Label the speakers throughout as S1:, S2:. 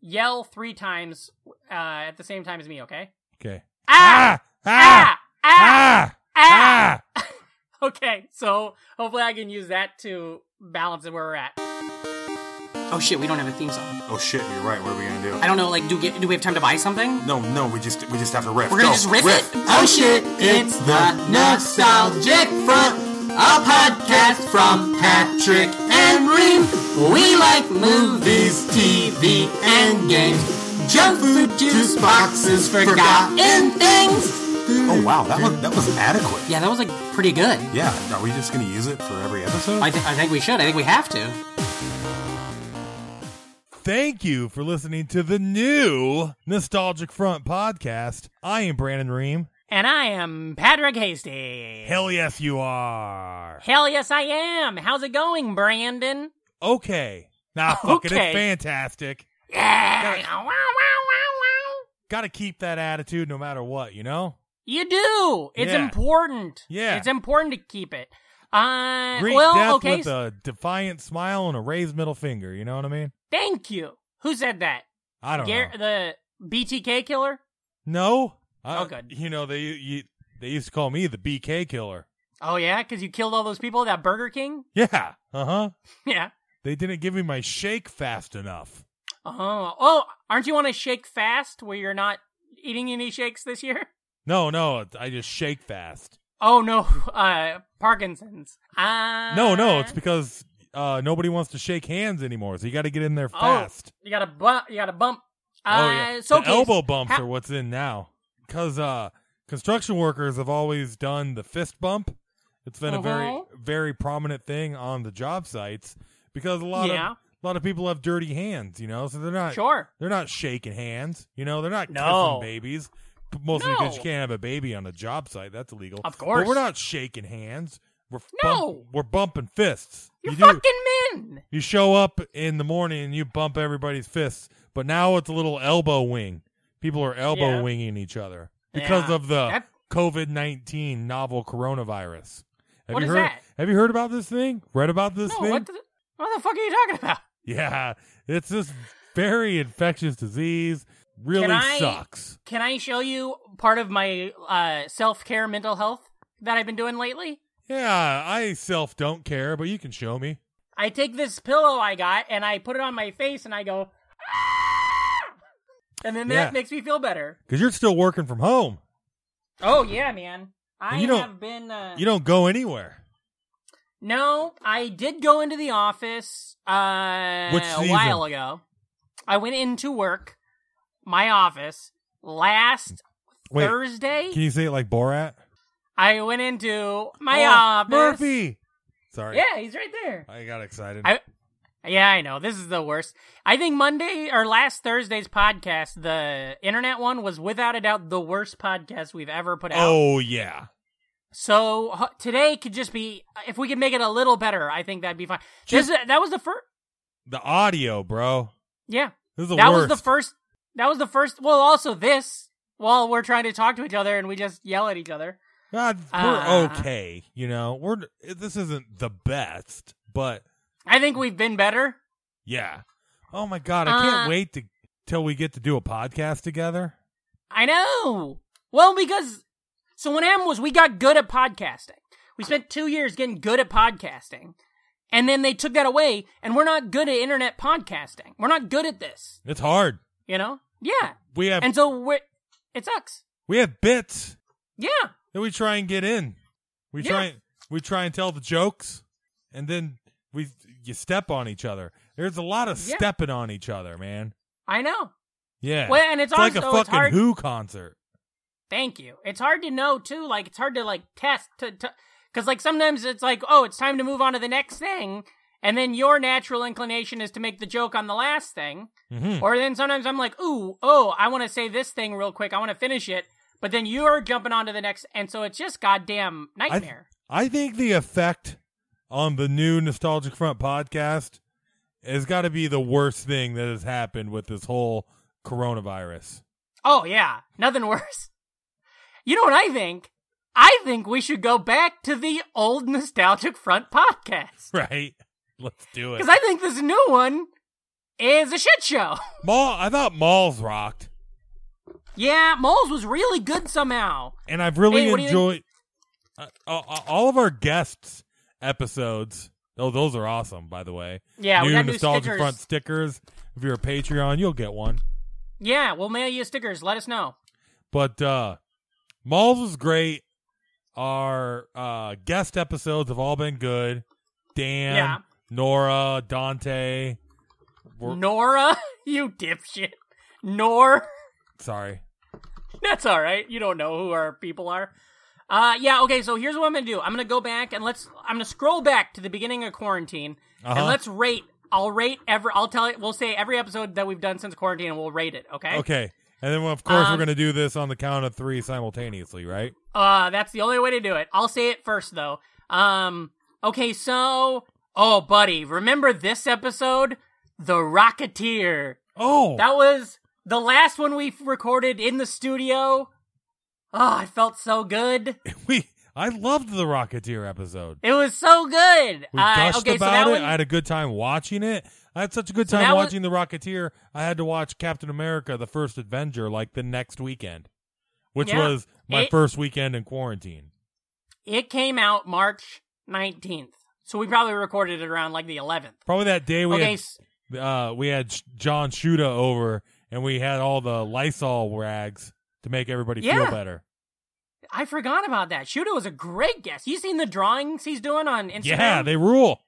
S1: yell three times uh, at the same time as me, okay?
S2: Okay.
S1: Ah!
S2: Ah!
S1: Ah!
S2: Ah!
S1: Ah! ah!
S2: Ah!
S1: Okay, so hopefully I can use that to balance where we're at.
S3: Oh shit, we don't have a theme song.
S4: Oh shit, you're right. What are we gonna do?
S3: I don't know. Like, do get, do we have time to buy something?
S4: No, no, we just we just have to riff.
S3: We're gonna
S4: Go,
S3: just riff it?
S4: Oh shit, it's the nostalgic front, a podcast from Patrick and Reem. We like movies, TV, and games, junk food, juice boxes, forgotten things. Oh wow, that was that was adequate.
S3: Yeah, that was like pretty good.
S4: Yeah, are we just gonna use it for every episode?
S3: I, th- I think we should. I think we have to.
S2: Thank you for listening to the new Nostalgic Front podcast. I am Brandon Ream.
S1: And I am Patrick Hasty.
S2: Hell yes, you are.
S1: Hell yes, I am. How's it going, Brandon?
S2: Okay. Nah, fuck it.
S1: Okay.
S2: It's fantastic.
S1: Yeah. Wow, wow, wow, wow.
S2: Got to keep that attitude no matter what, you know?
S1: You do. It's
S2: Yeah.
S1: important.
S2: Yeah.
S1: It's important to keep it. Uh,
S2: Greet
S1: well,
S2: death
S1: okay.
S2: with a defiant smile and a raised middle finger, you know what I mean?
S1: Thank you. Who said that?
S2: I don't
S1: Gar-
S2: know.
S1: The BTK killer?
S2: No? I-
S1: Oh, good.
S2: You know, they you, they used to call me the BK killer.
S1: Oh, yeah, because you killed all those people at that Burger King?
S2: Yeah. Uh-huh.
S1: yeah.
S2: They didn't give me my shake fast enough.
S1: Oh, oh, aren't you on a shake fast where you're not eating any shakes this year?
S2: No, no, I just shake fast.
S1: Oh no, uh, Parkinson's. Uh,
S2: No, no, it's because uh, nobody wants to shake hands anymore, so you got to get in there
S1: Oh.
S2: fast.
S1: you got to bump. You got to bump. Uh,
S2: Oh, yeah.
S1: So
S2: The
S1: okay,
S2: elbow bumps
S1: how-
S2: are what's in now. Because uh, construction workers have always done the fist bump. It's been a very,
S1: Mhm.
S2: very prominent thing on the job sites because a lot
S1: Yeah.
S2: of a lot of people have dirty hands, you know, so they're not
S1: Sure.
S2: they're not shaking hands, you know, they're not
S1: No.
S2: kissing babies. p- Mostly because
S1: No.
S2: you can't have a baby on a job site. That's illegal.
S1: Of course.
S2: But we're not shaking hands. We're
S1: No.
S2: bump- we're bumping fists.
S1: You're
S2: you do
S1: fucking men.
S2: you show up in the morning and you bump everybody's fists, but now it's a little elbow wing. People are elbow
S1: Yeah.
S2: winging each other because
S1: Yeah.
S2: of the
S1: That-
S2: COVID nineteen novel coronavirus. Have
S1: What
S2: you
S1: is
S2: heard?
S1: that?
S2: Have you heard about this thing? Read about this
S1: No,
S2: thing?
S1: what the, what the fuck are you talking about?
S2: yeah, it's this very infectious disease. Really
S1: Can I-
S2: sucks.
S1: Can I show you part of my uh, self care mental health that I've been doing lately?
S2: Yeah, I self don't care, but you can show me.
S1: I take this pillow I got and I put it on my face and I go, "Ah!" and then that
S2: Yeah.
S1: makes me feel better.
S2: Because you're still working from home.
S1: Oh yeah, man. I
S2: You don't-
S1: have been. Uh,
S2: You don't go anywhere.
S1: No, I did go into the office uh,
S2: Which
S1: a
S2: season?
S1: while ago. I went into work, my office, last
S2: Wait,
S1: Thursday.
S2: can you say it like Borat?
S1: I went into my
S2: Oh,
S1: office.
S2: Murphy. Sorry.
S1: Yeah, he's right there.
S2: I got excited.
S1: I- Yeah, I know. This is the worst. I think Monday or last Thursday's podcast, the internet one, was without a doubt the worst podcast we've ever put out.
S2: oh yeah.
S1: So h- today could just be if we could make it a little better. I think that'd be fine. This is- that was the first.
S2: The audio, bro.
S1: Yeah,
S2: This is the
S1: that
S2: worst.
S1: was the first that was the first well also this while we're trying to talk to each other and we just yell at each other
S2: God, we're
S1: Uh.
S2: okay. You know, we're this isn't the best, but
S1: i think we've been better
S2: yeah. Oh my god, I can't
S1: Uh.
S2: wait to till we get to do a podcast together.
S1: i know well because so what happened was we got good at podcasting we spent two years getting good at podcasting and then they took that away and we're not good at internet podcasting we're not good at this
S2: It's hard.
S1: you know yeah
S2: We have
S1: and so we're it sucks
S2: we have bits
S1: yeah
S2: that we try and get in. We
S1: Yeah.
S2: try and we try and tell the jokes, and then we you step on each other. There's a lot of
S1: Yeah.
S2: stepping on each other, man.
S1: i know
S2: Yeah.
S1: Well, and it's
S2: like a
S1: also-
S2: fucking
S1: it's hard-
S2: Who concert.
S1: Thank you. It's hard to know too. Like it's hard to like test to because like sometimes it's like oh it's time to move on to the next thing, and then your natural inclination is to make the joke on the last thing,
S2: Mm-hmm.
S1: or then sometimes I'm like ooh oh I want to say this thing real quick I want to finish it, but then you're jumping on to the next, and so it's just goddamn nightmare.
S2: I think the effect on the new Nostalgic Front podcast has got to be the worst thing that has happened with this whole coronavirus.
S1: oh yeah, nothing worse. You know what I think? I think we should go back to the old nostalgic front podcast.
S2: Right? Let's do it.
S1: Because I think this new one is a shit show.
S2: Maul, I thought Maul's rocked,
S1: Yeah, Moles was really good somehow.
S2: and I've really
S1: Hey, what do you
S2: enjoyed uh, uh, uh, all of our guests' episodes. Oh, those are awesome, by the way.
S1: Yeah, we
S2: new
S1: got new
S2: nostalgic
S1: stickers.
S2: front stickers. If you're a Patreon, you'll get one.
S1: Yeah, we'll mail you stickers. Let us know.
S2: But uh Malls was great. Our uh guest episodes have all been good. Dan,
S1: Yeah.
S2: Nora, Dante. We're-
S1: Nora, you dipshit. Nor.
S2: Sorry.
S1: That's all right. You don't know who our people are. Uh, yeah, okay, so here's what I'm going to do. I'm going to go back and let's, I'm going to scroll back to the beginning of quarantine
S2: Uh-huh.
S1: and let's rate. I'll rate every, I'll tell it, we'll say every episode that we've done since quarantine and we'll rate it, okay?
S2: Okay. And then, well, of course, we're
S1: Um,
S2: going to do this on the count of three simultaneously, right?
S1: Uh, that's the only way to do it. I'll say it first though. Um, okay, so, oh, buddy, remember this episode? The Rocketeer.
S2: Oh,
S1: That was the last one we recorded in the studio. Oh, it felt so good.
S2: we. I loved the Rocketeer episode.
S1: It was so good.
S2: We
S1: Uh,
S2: gushed
S1: okay, so
S2: about
S1: that
S2: it.
S1: one,
S2: I had a good time watching it. I had such a good
S1: So
S2: time
S1: that was-
S2: watching The Rocketeer. I had to watch Captain America: The First Avenger like the next weekend, which
S1: Yeah.
S2: was my
S1: It-
S2: first weekend in quarantine.
S1: it came out March 19th. So we probably recorded it around like the 11th.
S2: Probably that day we
S1: okay, s-
S2: had uh, we had Sh- John Shuda over, and we had all the Lysol rags to make everybody feel
S1: Yeah.
S2: better.
S1: I forgot about that. Shudo was a great guest. You seen the drawings he's doing on Instagram?
S2: Yeah, they rule.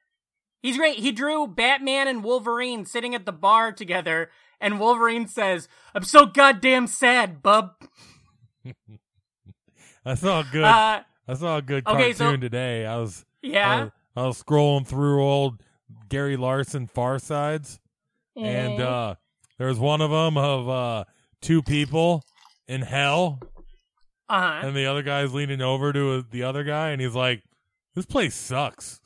S1: He's great. He drew Batman and Wolverine sitting at the bar together, and Wolverine says, I'm so goddamn sad, bub.
S2: That's all good.
S1: Uh,
S2: I saw a good
S1: Okay,
S2: cartoon
S1: so-
S2: today. I was, I
S1: yeah.
S2: was I was scrolling through old Gary Larson Far Sides, and
S1: Mhm.
S2: uh, there was one of them of uh, two people in hell, Oh.
S1: Uh-huh.
S2: and the other guy's leaning over to uh, the other guy, and he's like, "This place sucks."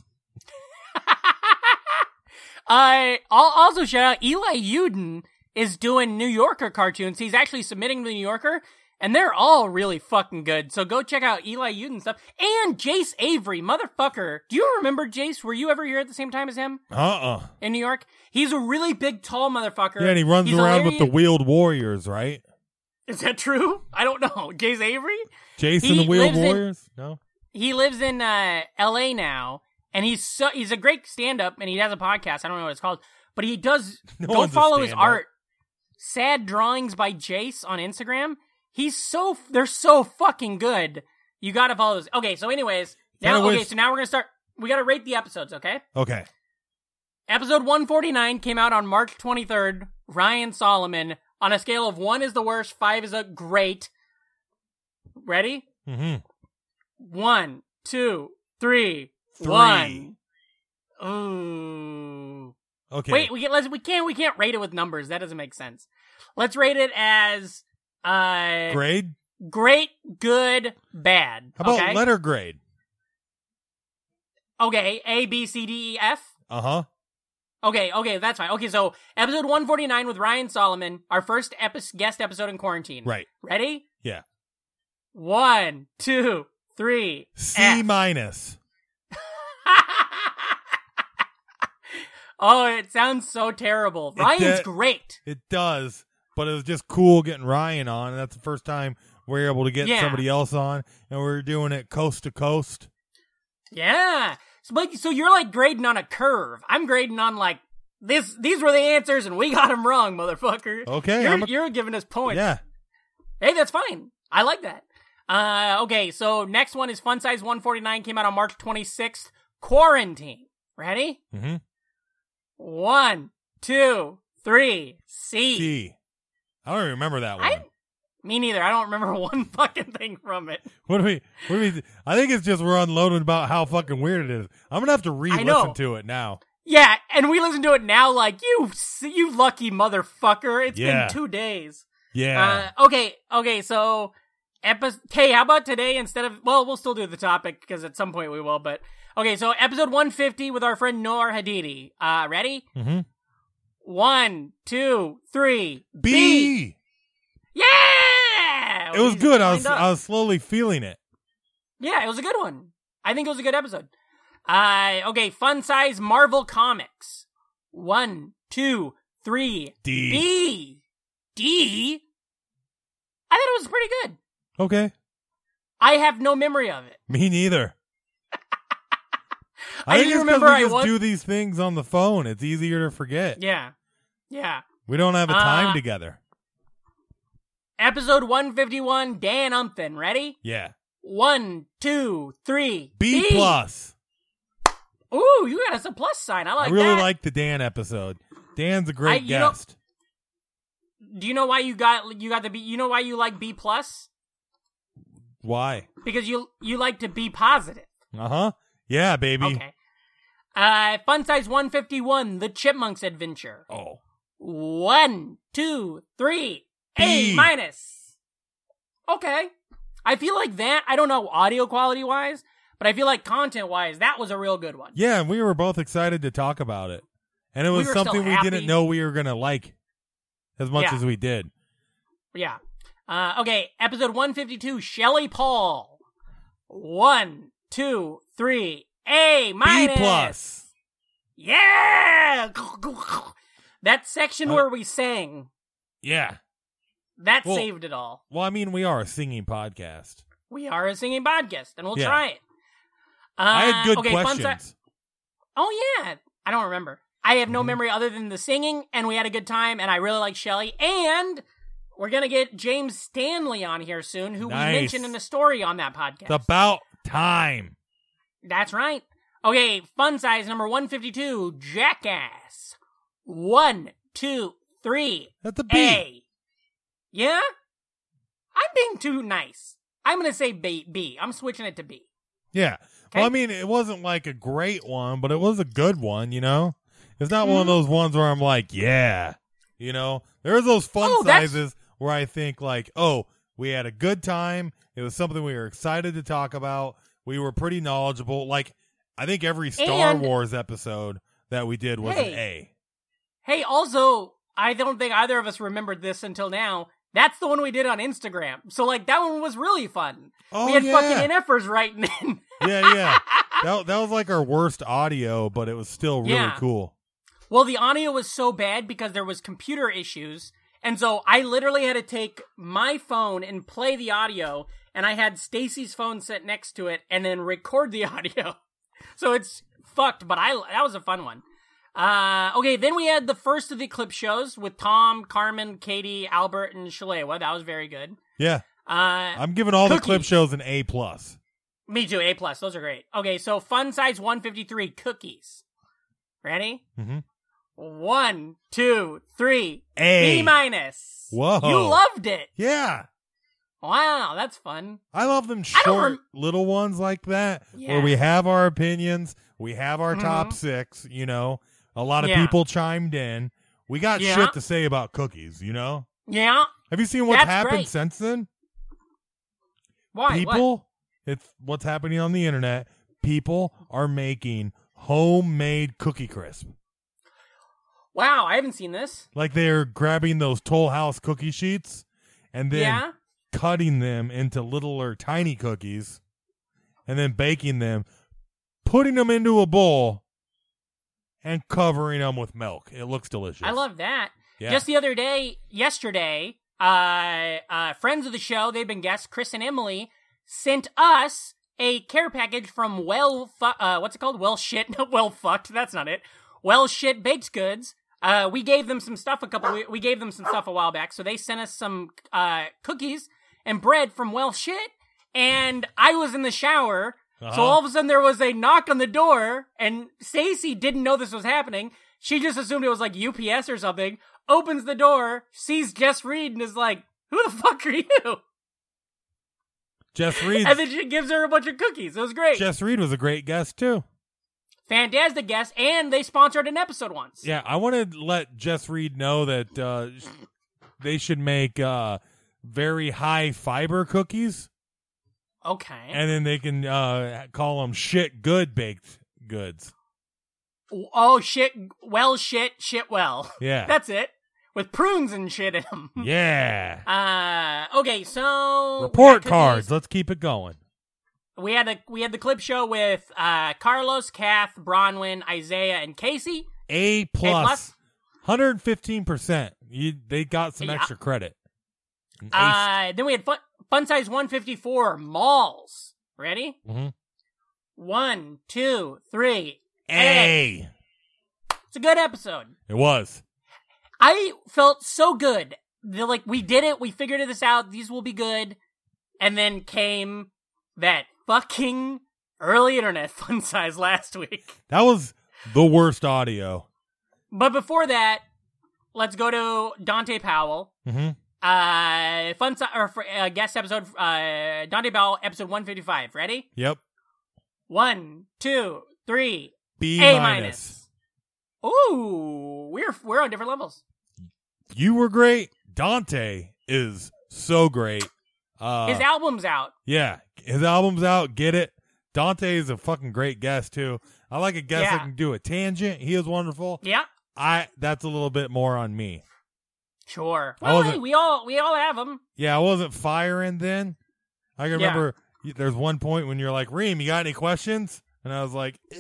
S1: I I'll also shout out Eli Uden is doing New Yorker cartoons. He's actually submitting to the New Yorker, and they're all really fucking good. So go check out Eli Uden stuff and Jace Avery, motherfucker. Do you remember Jace? Were you ever here at the same time as him
S2: Uh uh
S1: in New York? He's a really big, tall motherfucker.
S2: Yeah, and he runs
S1: He's
S2: around with the
S1: hilarious-
S2: wheeled warriors, right?
S1: Is that true? I don't know. Jace Avery.
S2: Jason
S1: He
S2: the wheeled
S1: lives in-
S2: warriors? no.
S1: he lives in uh, L.A. now, and he's so he's a great stand-up, and he has a podcast. I don't know what it's called, but he does.
S2: No
S1: go
S2: one's a
S1: follow his
S2: stand-up.
S1: art. Sad drawings by Jace on Instagram. He's so they're so fucking good. You got to follow those. Okay, so anyways, now
S2: Kinda
S1: okay,
S2: wish-
S1: so now we're gonna start. We got to rate the episodes. Okay,
S2: Okay.
S1: episode one forty nine came out on March twenty third. Ryan Solomon on a scale of one is the worst, five is a great. Ready?
S2: Mm-hmm.
S1: One, two, three,
S2: Three.
S1: one. Ooh.
S2: Okay.
S1: Wait, we can let's we can't we can't rate it with numbers. That doesn't make sense. Let's rate it as uh great,
S2: grade?
S1: good, bad.
S2: How about
S1: okay?
S2: letter grade?
S1: Okay, A B C D E F.
S2: Uh huh.
S1: Okay, okay, that's fine. Okay, so episode 149 with Ryan Solomon, our first epi- guest episode in quarantine.
S2: Right.
S1: Ready?
S2: Yeah.
S1: One, two, three.
S2: C
S1: F.
S2: minus.
S1: oh, it sounds so terrible.
S2: It
S1: Ryan's
S2: de-
S1: great.
S2: It does, but it was just cool getting Ryan on, and that's the first time we we're able to get
S1: Yeah.
S2: somebody else on, and we we're doing it coast to coast.
S1: Yeah. So, but, so you're like grading on a curve. I'm grading on like this. These were the answers, and we got them wrong, motherfucker.
S2: Okay,
S1: you're,
S2: I'm a-
S1: you're giving us points.
S2: Yeah,
S1: Hey, that's fine. I like that. Uh, okay. So next one is Fun Size 149. Came out on March 26th. Quarantine. Ready?
S2: mm-hmm.
S1: One, two, three. C.
S2: D. I don't even remember that one.
S1: I- Me neither. I don't remember one fucking thing from it.
S2: What do we? What do we? I think it's just we're unloading about how fucking weird it is. I'm gonna have to re-listen
S1: know.
S2: to it now.
S1: Yeah, and we listen to it now like you, s- you lucky motherfucker. It's
S2: Yeah.
S1: been two days.
S2: Yeah,
S1: Uh, okay, okay. So, episode. Hey, how about today instead of? Well, we'll still do the topic because at some point we will. But okay, so episode 150 with our friend Noor Hadidi. Uh, ready?
S2: mm-hmm.
S1: One, two, three.
S2: B.
S1: Yeah,
S2: It was
S1: We
S2: good. I was
S1: cleaned Oh, up.
S2: I was slowly feeling it.
S1: Yeah, it was a good one. I think it was a good episode. Uh, okay, fun size Marvel comics. One, two, three.
S2: D.
S1: B. D. I thought it was pretty good.
S2: Okay.
S1: I have no memory of it.
S2: Me neither.
S1: I just
S2: think it's 'cause
S1: remember
S2: we
S1: I
S2: just
S1: was-
S2: do these things on the phone. It's easier to forget.
S1: Yeah. Yeah.
S2: We don't have a time
S1: Uh,
S2: together.
S1: Episode 151, Dan Umphin. Ready?
S2: Yeah.
S1: One, two, three.
S2: B, plus.
S1: Ooh, you got us a plus sign. I like
S2: I really
S1: that.
S2: like the Dan episode. Dan's a great
S1: I- you know-
S2: guest.
S1: Do you know why you got you got the B? You know why you like B plus?
S2: Why?
S1: Because you you like to be positive.
S2: Uh huh. Yeah, baby.
S1: Okay. Uh, fun size 151, The Chipmunks Adventure.
S2: Oh.
S1: One, two, three,
S2: B.
S1: A minus. Okay. I feel like that, I don't know audio quality wise, but I feel like content wise, that was a real good one.
S2: Yeah, and we were both excited to talk about it. And it
S1: We
S2: was
S1: were so
S2: something we
S1: happy.
S2: didn't know we were going to like as much
S1: Yeah.
S2: as we did.
S1: Yeah. Uh, okay, episode 152, Shelley Paul. One, two, three, A minus.
S2: B plus.
S1: Yeah! That section
S2: Uh,
S1: where we sang,
S2: Yeah.
S1: that
S2: well-
S1: saved it all.
S2: Well, I mean, we are a singing podcast.
S1: We are a singing podcast, and we'll
S2: Yeah.
S1: try it. Uh,
S2: I had good
S1: okay, fun
S2: questions.
S1: si- oh yeah, I don't remember. I have no
S2: Mm-hmm.
S1: memory other than the singing, and we had a good time, and I really like Shelley. And we're gonna get James Stanley on here soon, who
S2: Nice.
S1: we mentioned in a story on that podcast.
S2: It's about time.
S1: That's right. Okay, fun size number one fifty two, Jackass. One, two, three,
S2: That's a B.
S1: A. Yeah? I'm being too nice. I'm gonna say B. B. I'm switching it to B.
S2: Yeah. Well, I
S1: Okay.
S2: mean, it wasn't like a great one, but it was a good one, you know? It's not
S1: Mm-hmm.
S2: one of those ones where I'm like, yeah. You know, there are those fun
S1: Oh, that's-
S2: sizes where I think, like, oh, we had a good time. It was something we were excited to talk about. We were pretty knowledgeable. Like, I think every Star
S1: And-
S2: Wars episode that we did was an
S1: Hey.
S2: A.
S1: Hey, also, I don't think either of us remembered this until now. That's the one we did on Instagram. So, like, that one was really fun.
S2: Oh,
S1: we had
S2: yeah.
S1: fucking NFers right then.
S2: yeah, yeah. That, that was like our worst audio, but it was still really
S1: Yeah.
S2: cool.
S1: well, the audio was so bad because there was computer issues. And so I literally had to take my phone and play the audio, and I had Stacy's phone set next to it and then record the audio. So it's fucked, but I that was a fun one. Uh, okay, then we had the first of the clip shows with Tom, Carmen, Katie, Albert, and Shalewa. That was very good.
S2: Yeah.
S1: Uh,
S2: I'm giving all the clip
S1: Cookies.
S2: shows an A. plus.
S1: me too. A plus. Those are great. Okay, so fun size one fifty three cookies. Ready?
S2: Mhm.
S1: One, two, three.
S2: A.
S1: B minus.
S2: Whoa.
S1: You loved it.
S2: Yeah.
S1: Wow, that's fun.
S2: I love them
S1: I don't
S2: short
S1: rem-
S2: little ones like that
S1: Yeah. Mm-hmm.
S2: where we have our opinions, we have our top six, you know. A lot of
S1: Yeah.
S2: people chimed in. We got
S1: Yeah.
S2: shit to say about cookies, you know?
S1: Yeah.
S2: Have you seen what's
S1: That's
S2: happened
S1: great.
S2: since then?
S1: Why? What?
S2: people, it's what's happening on the internet. People are making homemade cookie crisp.
S1: Wow, I haven't seen this.
S2: Like they're grabbing those Toll House cookie sheets and then
S1: yeah.
S2: cutting them into little or tiny cookies and then baking them, putting them into a bowl, and covering them with milk. It looks delicious.
S1: I love that.
S2: Yeah.
S1: Just the other day, yesterday, uh, uh, friends of the show, they've been guests, Chris and Emily, sent us a care package from Well, fu- uh, what's it called? Well shit, not well fucked. That's not it. Well shit baked goods. Uh, we gave them some stuff a couple. We, we gave them some stuff a while back, so they sent us some uh, cookies and bread from Well shit. And I was in the shower,
S2: Uh-huh.
S1: so all of a sudden there was a knock on the door, and Stacy didn't know this was happening. She just assumed it was like UPS or something. Opens the door, sees Jess Reed, and is like, "Who the fuck are you?"
S2: Jess Reed.
S1: And then she gives her a bunch of cookies. It was great,
S2: Jess Reed was a great guest too.
S1: fantastic guest, and they sponsored an episode once.
S2: Yeah, I want to let Jess Reed know that uh, sh- they should make uh, very high fiber cookies,
S1: Okay.
S2: and then they can uh, call them shit good baked goods.
S1: oh shit! Well, shit, shit. Well,
S2: Yeah.
S1: that's it. With prunes and shit in them.
S2: yeah.
S1: Uh, okay, so we got
S2: Report
S1: cookies.
S2: cards. Let's keep it going.
S1: we had a we had the clip show with uh Carlos, Kath, Bronwyn, Isaiah, and Casey.
S2: A plus.
S1: plus?
S2: 115%. You, they got some
S1: Yeah.
S2: extra credit. An ace-
S1: Uh, then we had fun, fun size 154 malls. Ready?
S2: Mhm.
S1: One, two, three.
S2: A.
S1: It's a good episode.
S2: It was.
S1: I felt so good. They're like, we did it. We figured this out. These will be good. And then came that fucking early internet fun size last week.
S2: That was the worst audio.
S1: But before that, let's go to Dante Powell.
S2: hmm
S1: Uh, fun si- or for, uh, guest episode. Uh, Dante Powell episode one fifty five. Ready?
S2: Yep.
S1: One, two, three.
S2: B
S1: A
S2: E minus.
S1: minus. Ooh, we're we're on different levels.
S2: You were great. Dante is so great. Uh,
S1: His album's out.
S2: yeah, his album's out. Get it. Dante is a fucking great guest too. I like a guest that
S1: Yeah.
S2: can do a tangent. He is wonderful.
S1: Yeah,
S2: I that's a little bit more on me.
S1: sure.
S2: I
S1: Well,
S2: wasn't-
S1: hey, we all we all have them.
S2: Yeah, I wasn't firing then. I can
S1: Yeah.
S2: remember y there's one point when you're like, Reem, you got any questions? And I was like, "Eh."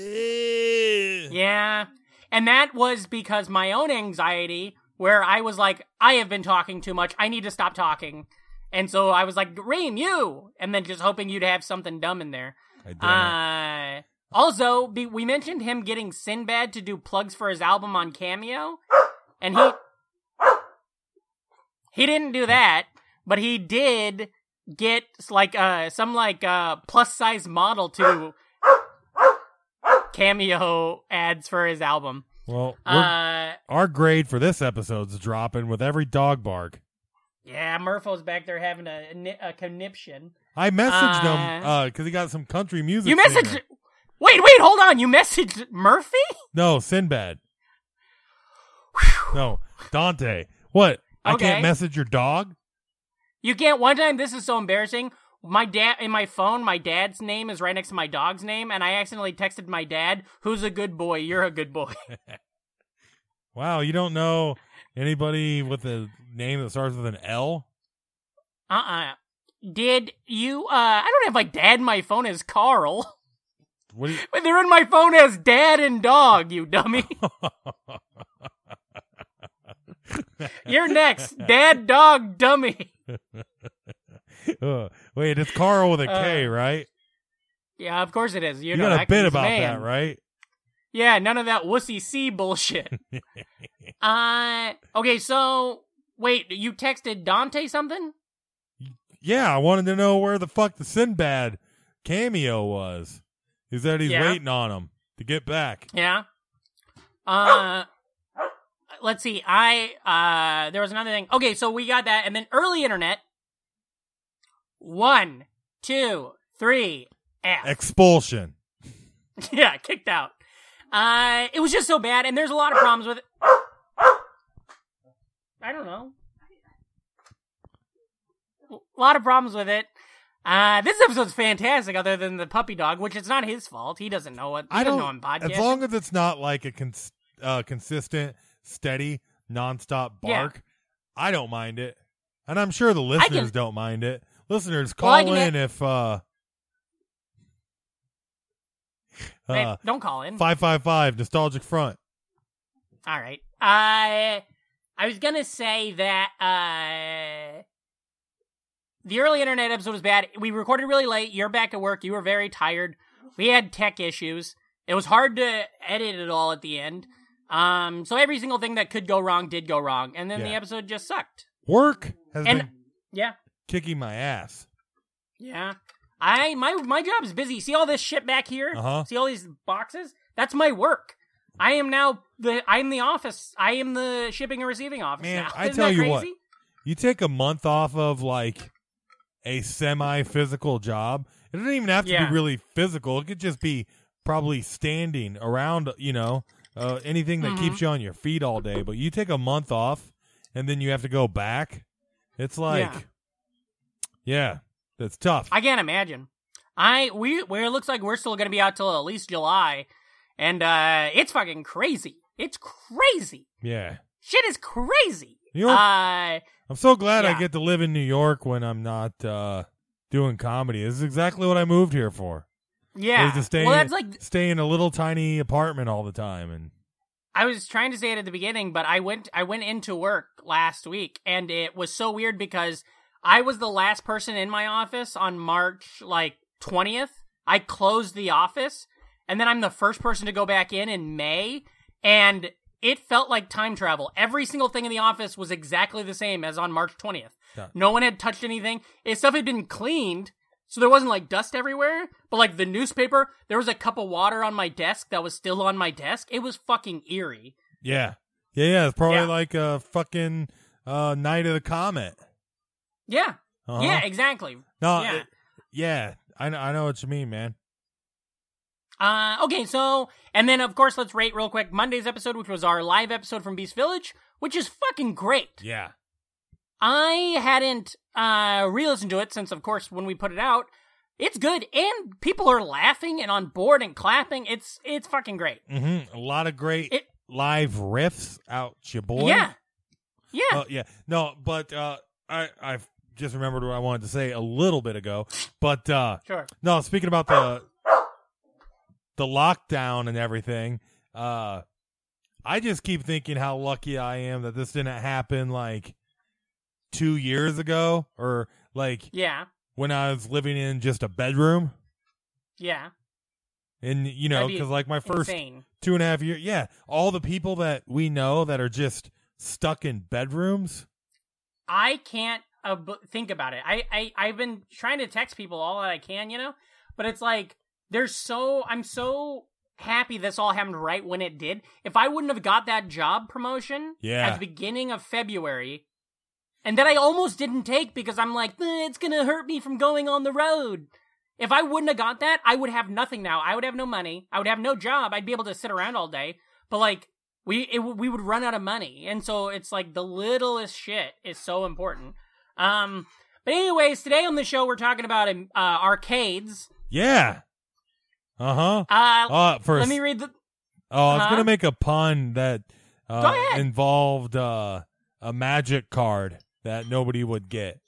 S2: yeah.
S1: Yeah. And that was because my own anxiety, where I was like, I have been talking too much. I need to stop talking. And so I was like, Reem, you! And then just hoping you'd have something dumb in there.
S2: I did.
S1: Uh, also, be, we mentioned him getting Sinbad to do plugs for his album on Cameo. And he. He didn't do that, but he did get like uh some like uh plus size model to cameo ads for his album.
S2: well, we're-
S1: Uh
S2: our grade for this episode's dropping with every dog bark.
S1: yeah, Murpho's back there having a, a ni- a conniption.
S2: I messaged him
S1: Uh,
S2: uh, because he got some country music.
S1: You messaged
S2: singer.
S1: Wait, wait, hold on. You messaged Murphy?
S2: No, Sinbad. no, Dante. What? I
S1: Okay.
S2: can't message your dog?
S1: You can't. One time, this is so embarrassing. My dad in my phone, my dad's name is right next to my dog's name, and I accidentally texted my dad, "Who's a good boy? You're a good boy."
S2: Wow, you don't know anybody with a name that starts with an L?
S1: Uh uh Did you? uh I don't have my dad. in My phone as Carl.
S2: What do you?
S1: But they're in my phone as dad and dog. You dummy. You're next, dad, dog, dummy.
S2: Ugh. wait, it's Carl with a K, right?
S1: Yeah, of course it is. Uh, You,
S2: You
S1: know,
S2: got a
S1: that
S2: bit
S1: kid's
S2: about
S1: man.
S2: that, right?
S1: Yeah, none of that wussy C bullshit. uh, okay, so wait, you texted Dante something?
S2: Yeah, I wanted to know where the fuck the Sinbad cameo was. He said he's
S1: Yeah.
S2: waiting on him to get back.
S1: Yeah. Uh, let's see. I uh, there was another thing. Okay, so we got that, and then early internet. One, two, three, F.
S2: Expulsion.
S1: yeah, kicked out. Uh, it was just so bad, and there's a lot of problems with it. I don't know. A lot of problems with it. Uh, this episode's fantastic, other than the puppy dog, which it's not his fault. He doesn't know it. He
S2: I
S1: doesn't
S2: don't.
S1: know I'm podcasting.
S2: as long as it's not like a cons- uh, consistent, steady, nonstop
S1: Yeah.
S2: bark, I don't mind it, and I'm sure the listeners
S1: can-
S2: don't mind it. Listeners,
S1: Well, I
S2: call
S1: can-
S2: in if uh,
S1: Hey,
S2: uh
S1: don't call in.
S2: five five five nostalgic front.
S1: All right. I I was gonna say that uh the early internet episode was bad. We recorded really late. You're back at work. You were very tired. We had tech issues. It was hard to edit it all at the end. Um, so every single thing that could go wrong did go wrong, and then the
S2: Yeah.
S1: episode just sucked.
S2: Work has
S1: And
S2: been
S1: yeah,
S2: kicking my ass.
S1: yeah. I my my job's busy. See all this shit back here?
S2: Uh-huh.
S1: See all these boxes? That's my work. I am now the I'm the office. I am the shipping and receiving office
S2: Man,
S1: now.
S2: I
S1: Isn't
S2: tell
S1: that
S2: you
S1: crazy?
S2: what. You take a month off of like a semi physical job. It doesn't even have to
S1: Yeah.
S2: be really physical. It could just be probably standing around, you know, uh, anything that keeps
S1: Mm-hmm.
S2: you on your feet all day. But you take a month off and then you have to go back. It's like, yeah,
S1: Yeah.
S2: that's tough.
S1: I can't imagine. I we we it looks like we're still gonna be out till at least July, and uh it's fucking crazy. It's crazy.
S2: yeah.
S1: Shit is crazy.
S2: You know-
S1: uh,
S2: I'm so glad I
S1: Yeah.
S2: get to live in New York when I'm not uh, doing comedy. This is exactly what I moved here for.
S1: yeah.
S2: Is to stay,
S1: well, that's like
S2: stay in a little tiny apartment all the time and
S1: I was trying to say it at the beginning, but I went I went into work last week and it was so weird because I was the last person in my office on March like 20th. I closed the office and then I'm the first person to go back in in May and it felt like time travel. Every single thing in the office was exactly the same as on March 20th.
S2: Yeah.
S1: No one had touched anything. It stuff had been cleaned, so there wasn't like dust everywhere, but like the newspaper, there was a cup of water on my desk that was still on my desk. It was fucking eerie.
S2: Yeah. Yeah, yeah. It's probably
S1: Yeah.
S2: like a fucking uh, Night of the Comet.
S1: Yeah.
S2: Uh-huh.
S1: Yeah, exactly.
S2: No,
S1: yeah.
S2: it- yeah. I, kn- I know what you mean, man.
S1: Uh, okay, so, and then of course, let's rate real quick Monday's episode, which was our live episode from Beast Village, which is fucking great.
S2: Yeah.
S1: I hadn't uh, re listened to it since, of course, when we put it out. It's good, and people are laughing and on board and clapping. It's it's fucking great.
S2: hmm A lot of great
S1: It-
S2: live riffs out, your boy.
S1: Yeah, yeah,
S2: Oh yeah. No, but uh, I I just remembered what I wanted to say a little bit ago. But uh,
S1: sure.
S2: No, speaking about the the lockdown and everything, uh I just keep thinking how lucky I am that this didn't happen like 2 years ago or like
S1: Yeah,
S2: when I was living in just a bedroom
S1: yeah.
S2: and you know
S1: That'd be
S2: cuz like my first
S1: Insane.
S2: two and a half years yeah all the people that we know that are just stuck in bedrooms
S1: I can't ab- think about it. I, I I've been trying to text people all that I can, you know, but it's like there's so I'm so happy this all happened right when it did. If I wouldn't have got that job promotion
S2: Yeah.
S1: at the beginning of February, and that I almost didn't take because I'm like "Eh, it's gonna hurt me from going on the road. If I wouldn't have got that, I would have nothing now. I would have no money. I would have no job. I'd be able to sit around all day. But like we it, w- we would run out of money and so it's like the littlest shit is so important um but anyways today on the show we're talking about um, uh, arcades
S2: yeah uh-huh
S1: uh
S2: uh for a
S1: let me read the
S2: Oh, I was
S1: Huh?
S2: gonna make a pun that uh,
S1: Uh-huh. Go ahead.
S2: involved uh, a magic card that nobody would get.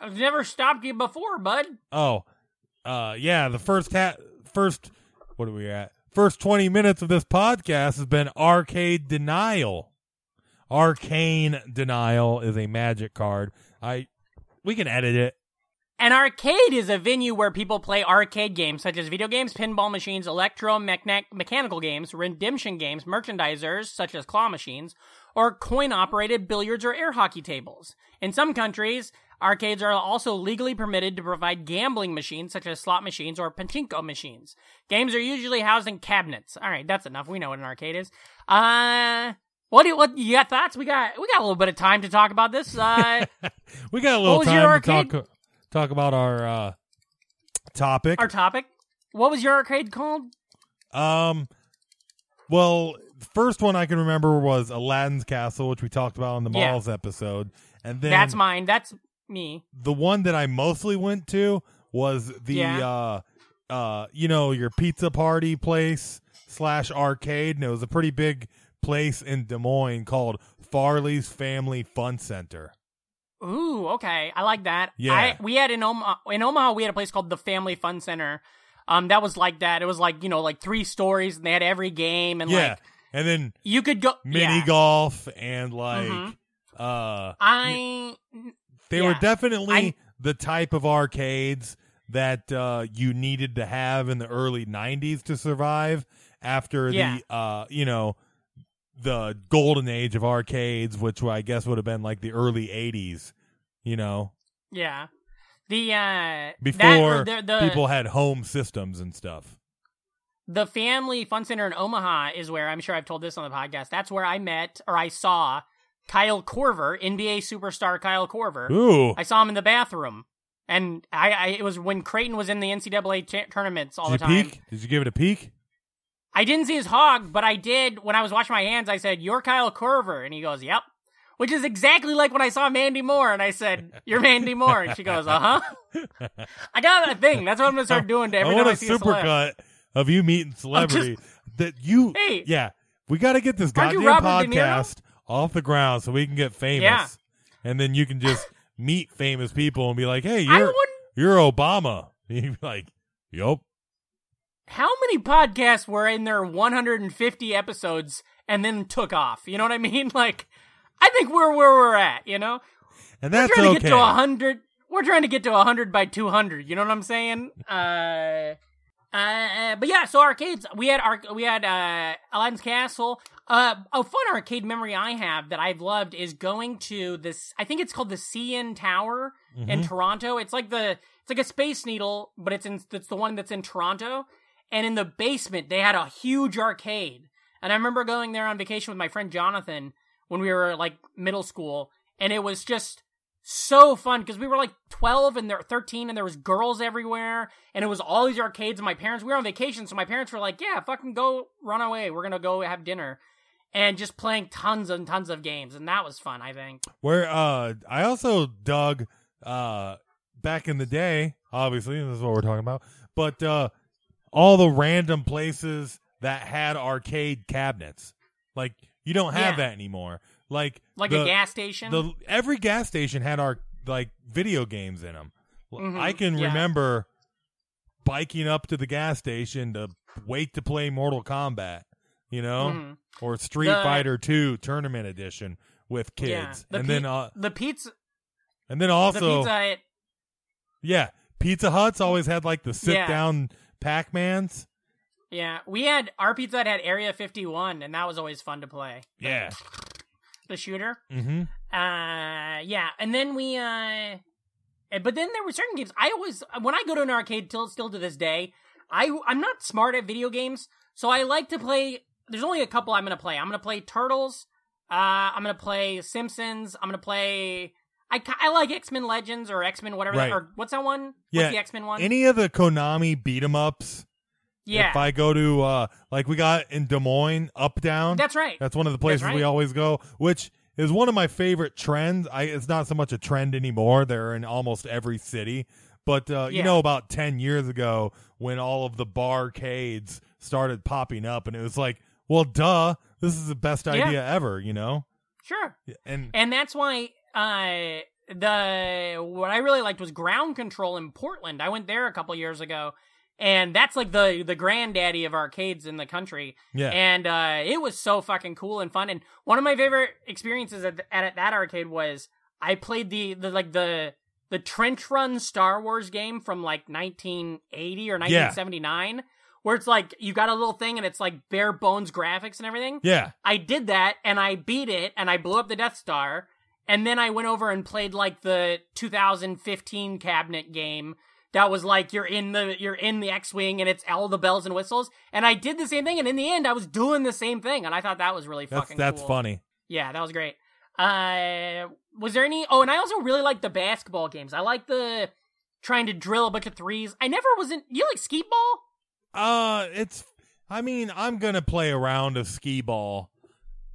S1: i've never stopped you before bud
S2: Oh, uh, yeah. The first ha- first what are we at? First twenty minutes of this podcast has been arcade denial. Arcane denial is a magic card. I we can edit it.
S1: An arcade is a venue where people play arcade games such as video games, pinball machines, electromechanical games, redemption games, merchandisers such as claw machines, or coin operated billiards or air hockey tables. In some countries, arcades are also legally permitted to provide gambling machines such as slot machines or pachinko machines. Games are usually housed in cabinets. All right, that's enough. We know what an arcade is. Uh what do you, what you got thoughts? We got we got a little bit of time to talk about this. Uh
S2: We got a little
S1: was your
S2: time to
S1: arcade-
S2: talk talk about our uh, topic.
S1: our topic. What was your arcade called?
S2: Um, well, the first one I can remember was Aladdin's Castle, which we talked about on the
S1: Yeah.
S2: malls episode, and then
S1: That's mine. That's me.
S2: the one that I mostly went to was the
S1: Yeah.
S2: uh, uh, you know, your pizza party place slash arcade, and it was a pretty big place in Des Moines called Farley's Family Fun Center.
S1: Ooh, okay. I like that.
S2: Yeah.
S1: I, we had in Omaha, in Omaha, we had a place called the Family Fun Center. Um, that was like that. It was like, you know, like three stories and they had every game and
S2: yeah,
S1: like
S2: and then
S1: you could go
S2: mini
S1: yeah.
S2: golf and like
S1: Mhm.
S2: uh
S1: I
S2: They
S1: Yeah.
S2: were definitely
S1: I-
S2: the type of arcades that uh, you needed to have in the early '90s to survive after
S1: Yeah.
S2: the uh, you know the golden age of arcades, which I guess would have been like the early '80s. You know,
S1: yeah. The uh that,
S2: before
S1: or the, the
S2: people had home systems and stuff.
S1: the Family Fun Center in Omaha is where I'm sure I've told this on the podcast. That's where I met or I saw Kyle Corver, NBA superstar Kyle Corver.
S2: Ooh,
S1: I saw him in the bathroom, and I, I it was when Creighton was in the NCAA cha- tournaments all
S2: did
S1: the
S2: you
S1: time.
S2: peek? Did you give it a peek?
S1: I didn't see his hog, but I did when I was washing my hands. I said, "You're Kyle Corver," and he goes, "Yep," which is exactly like when I saw Mandy Moore, and I said, "You're Mandy Moore," and she goes, "Uh huh." I got a thing. That's what I'm gonna start doing to every
S2: I
S1: time
S2: want
S1: I
S2: a
S1: see a celeb.
S2: supercut of you meeting celebrity that you.
S1: Hey.
S2: yeah, we got to get this
S1: Aren't you
S2: goddamn
S1: Robert De Niro?
S2: podcast off the ground so we can get famous.
S1: Yeah.
S2: and then you can just meet famous people and be like, "Hey,
S1: I
S2: you're
S1: wouldn't.
S2: you're Obama." And you'd be like, "Yup."
S1: how many podcasts were in their 150 episodes and then took off? You know what I mean? Like, I think we're where we're at. You know,
S2: and
S1: we're
S2: that's
S1: trying to
S2: okay.
S1: get to 100. We're trying to get to 100 by 200. You know what I'm saying? Uh, uh, but yeah, so arcades. We had our we had uh, Aladdin's Castle. Uh, a fun arcade memory I have that I've loved is going to this. I think it's called the CN Tower
S2: Mm-hmm.
S1: in Toronto. It's like the it's like a Space Needle, but it's in it's the one that's in Toronto. And in the basement, they had a huge arcade. And I remember going there on vacation with my friend Jonathan when we were like middle school, and it was just so fun because we were like 12 and there 13 and there was girls everywhere and it was all these arcades and my parents we were on vacation so my parents were like yeah fucking go run away we're gonna go have dinner and just playing tons and tons of games and that was fun i think
S2: Where uh, I also dug uh, back in the day. Obviously, this is what we're talking about. But uh, all the random places that had arcade cabinets, like you don't have
S1: Yeah.
S2: that anymore. Like
S1: like
S2: the-
S1: a gas station
S2: The every gas station had our like video games in them.
S1: Mhm,
S2: I can
S1: yeah.
S2: remember biking up to the gas station to wait to play Mortal Kombat, you know,
S1: Mhm.
S2: or Street
S1: The-
S2: Fighter Two Tournament Edition with kids,
S1: Yeah. The
S2: and
S1: pi-
S2: then uh,
S1: the pizza
S2: and then
S1: the
S2: also
S1: pizza Hut-
S2: yeah, Pizza Hut's always had like the sit
S1: Yeah.
S2: down Pac Mans.
S1: yeah we had our pizza Hut had area 51 and that was always fun to play
S2: Yeah,
S1: the shooter
S2: mm-hmm.
S1: uh yeah and then we uh eh, but then there were certain games i always when i go to an arcade till still to this day i i'm not smart at video games so i like to play there's only a couple i'm gonna play i'm gonna play turtles uh i'm gonna play simpsons i'm gonna play i, ki- I like x-men legends or x-men whatever
S2: Right.
S1: that, or what's that one
S2: Yeah,
S1: what's the x-men one
S2: Any of the Konami beat 'em ups.
S1: yeah
S2: If I go to uh like we got in Des Moines, up down.
S1: that's right
S2: That's one of the places
S1: That's
S2: we
S1: right.
S2: always go, which is one of my favorite trends. I it's not so much a trend anymore. They're in almost every city. But uh, you
S1: Yeah.
S2: know, about ten years ago, when all of the barcades started popping up, and it was like, well, duh, this is the best
S1: Yeah.
S2: idea ever, you know.
S1: sure
S2: And
S1: and that's why uh the what I really liked was ground control in Portland. I went there a couple years ago, and that's like the the granddaddy of arcades in the country.
S2: yeah,
S1: And uh, it was so fucking cool and fun. And one of my favorite experiences at, at, at that arcade was I played the, the like the the trench run Star Wars game from like 1980 or 1979, where it's like you got a little thing and it's like bare bones graphics and everything.
S2: yeah,
S1: I did that and I beat it and I blew up the Death Star. And then I went over and played like the 2015 cabinet game that was like you're in the you're in the X-wing and it's all the bells and whistles. And I did the same thing and in the end I was doing the same thing and I thought that was really
S2: that's
S1: fucking
S2: that's
S1: cool.
S2: funny.
S1: Yeah, that was great. Uh, was there any? Oh, and I also really like the basketball games. I like the trying to drill a bunch of threes. I never was in. You like skeet ball?
S2: Uh, it's. I mean, I'm gonna play a round of skee ball,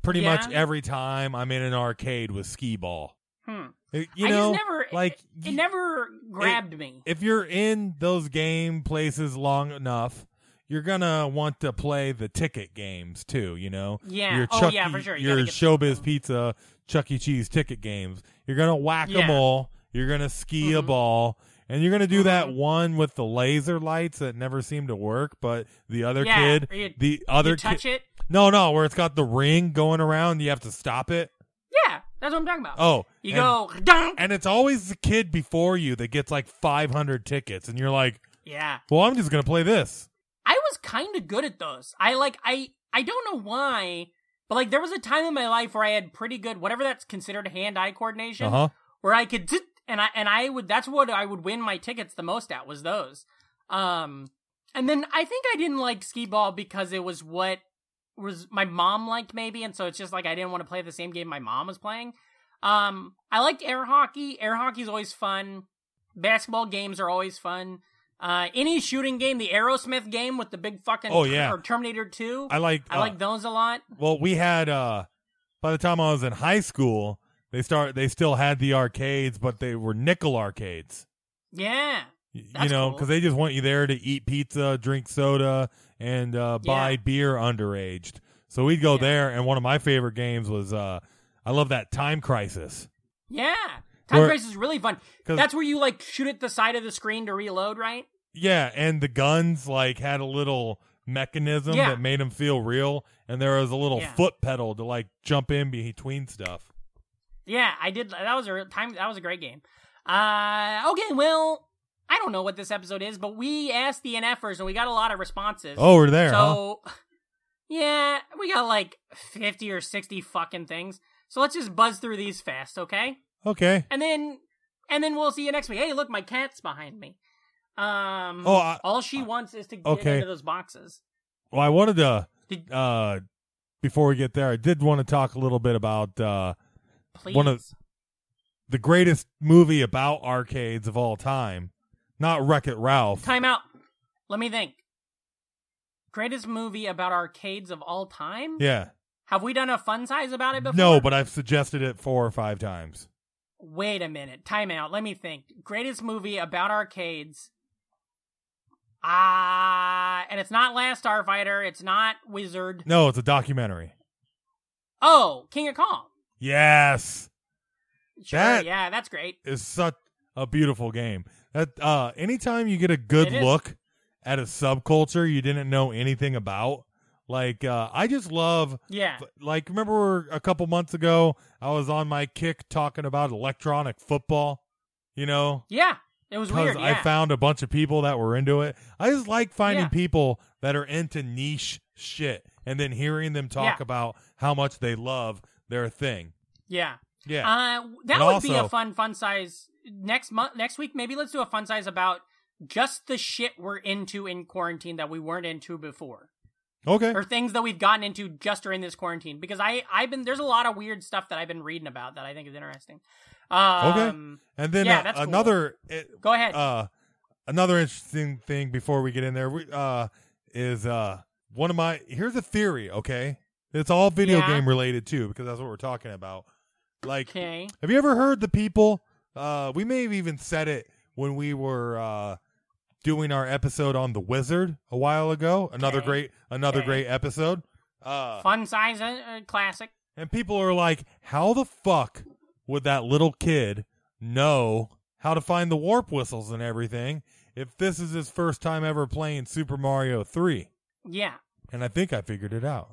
S2: pretty
S1: Yeah.
S2: much every time I'm in an arcade with skee ball.
S1: Hmm.
S2: You know,
S1: I just never
S2: like
S1: It
S2: you-
S1: never grabbed me.
S2: if you're in those game places long enough, you're gonna want to play the ticket games too. You know,
S1: Yeah.
S2: Your
S1: Oh,
S2: Chuck
S1: yeah,
S2: E-
S1: for sure. You
S2: Your
S1: gotta get the- mm-hmm.
S2: Showbiz Pizza, Chuck E. Cheese ticket games. You're gonna whack
S1: Yeah.
S2: a ball. You're gonna ski a
S1: Mhm.
S2: ball, and you're gonna do that
S1: Mhm.
S2: one with the laser lights that never seem to work. But the other
S1: Yeah,
S2: kid,
S1: or you-
S2: the other
S1: you touch
S2: kid,
S1: it.
S2: no, no, where it's got the ring going around, you have to stop it.
S1: Yeah, that's what I'm talking about.
S2: Oh,
S1: you
S2: and-
S1: go dunk.
S2: and it's always the kid before you that gets like 500 tickets, and you're like.
S1: yeah,
S2: Well, I'm just gonna play this.
S1: I was kind of good at those. I like I I don't know why, but like there was a time in my life where I had pretty good whatever that's considered hand-eye coordination,
S2: Uh huh.
S1: where I could zit, and I and I would that's what I would win my tickets the most at was those. Um, and then I think I didn't like skee ball because it was what was my mom liked maybe, and so it's just like I didn't want to play the same game my mom was playing. Um, I liked air hockey. Air hockey's always fun. Basketball games are always fun. Uh, any shooting game, the Aerosmith game with the big fucking
S2: Oh, yeah.
S1: or Terminator Two.
S2: I like. uh,
S1: I like those a lot.
S2: Well, we had. uh By the time I was in high school, they start. They still had the arcades, but they were nickel arcades.
S1: Yeah,
S2: Y- you
S1: That's
S2: know,
S1: cool.
S2: because they just want you there to eat pizza, drink soda, and uh, buy
S1: Yeah.
S2: beer underaged. So we'd go
S1: Yeah.
S2: there, and one of my favorite games was. uh I love that Time Crisis.
S1: yeah. Time
S2: Where-
S1: Crisis is really fun.
S2: 'Cause-
S1: That's where you like shoot at the side of the screen to reload, right?
S2: yeah, and the guns like had a little mechanism
S1: Yeah.
S2: that made them feel real, and there was a little
S1: Yeah.
S2: foot pedal to like jump in between stuff.
S1: Yeah, I did. That was a real time. That was a great game. Uh, okay, well, I don't know what this episode is, but we asked the NFers and we got a lot of responses.
S2: Oh, we're there, huh?
S1: so yeah, we got like fifty or sixty fucking things. So let's just buzz through these fast, okay?
S2: Okay.
S1: And then, and then we'll see you next week. Hey, look, my cat's behind me. Um,
S2: Oh, I-
S1: all she wants is to get
S2: Okay.
S1: into those boxes.
S2: Well, I wanted to
S1: Did-
S2: uh before we get there, I did want to talk a little bit about uh
S1: Please.
S2: One of- the greatest movie about arcades of all time, not Wreck It Ralph.
S1: Time out. Let me think. Greatest movie about arcades of all time?
S2: Yeah.
S1: Have we done a fun size about it before?
S2: No, but I've suggested it four or five times.
S1: Wait a minute. Time out. Let me think. Greatest movie about arcades. Ah, and it's not Last Starfighter. It's not Wizard.
S2: No, it's a documentary.
S1: Oh, King of Kong.
S2: Yes.
S1: Sure,
S2: That-
S1: yeah, that's great.
S2: is such a beautiful game. That uh anytime you get a good
S1: It is.
S2: look at a subculture you didn't know anything about, like uh I just love
S1: Yeah,
S2: like remember a couple months ago I was on my kick talking about electronic football, you know?
S1: yeah. It was
S2: Because
S1: weird.
S2: I
S1: Yeah,
S2: found a bunch of people that were into it. I just like finding
S1: Yeah.
S2: people that are into niche shit and then hearing them talk
S1: Yeah.
S2: about how much they love their thing.
S1: yeah.
S2: Yeah.
S1: Uh, that
S2: And
S1: would be
S2: also-
S1: a fun fun size next month. Next week, maybe let's do a fun size about just the shit we're into in quarantine that we weren't into before.
S2: okay.
S1: or things that we've gotten into just during this quarantine because I I've been there's a lot of weird stuff that I've been reading about that I think is interesting. Um,
S2: And then
S1: Yeah,
S2: uh,
S1: that's cool.
S2: another it-
S1: Go ahead.
S2: uh another interesting thing before we get in there we, uh is uh one of my here's a theory okay it's all video
S1: Yeah.
S2: game related too because that's what we're talking about like
S1: okay.
S2: have you ever heard the people uh we may have even said it when we were uh doing our episode on the wizard a while ago another
S1: Okay.
S2: great another
S1: Okay.
S2: great episode uh
S1: Fun size uh, uh, classic.
S2: and people are like, how the fuck would that little kid know how to find the warp whistles and everything if this is his first time ever playing Super Mario 3?
S1: Yeah.
S2: And I think I figured it out.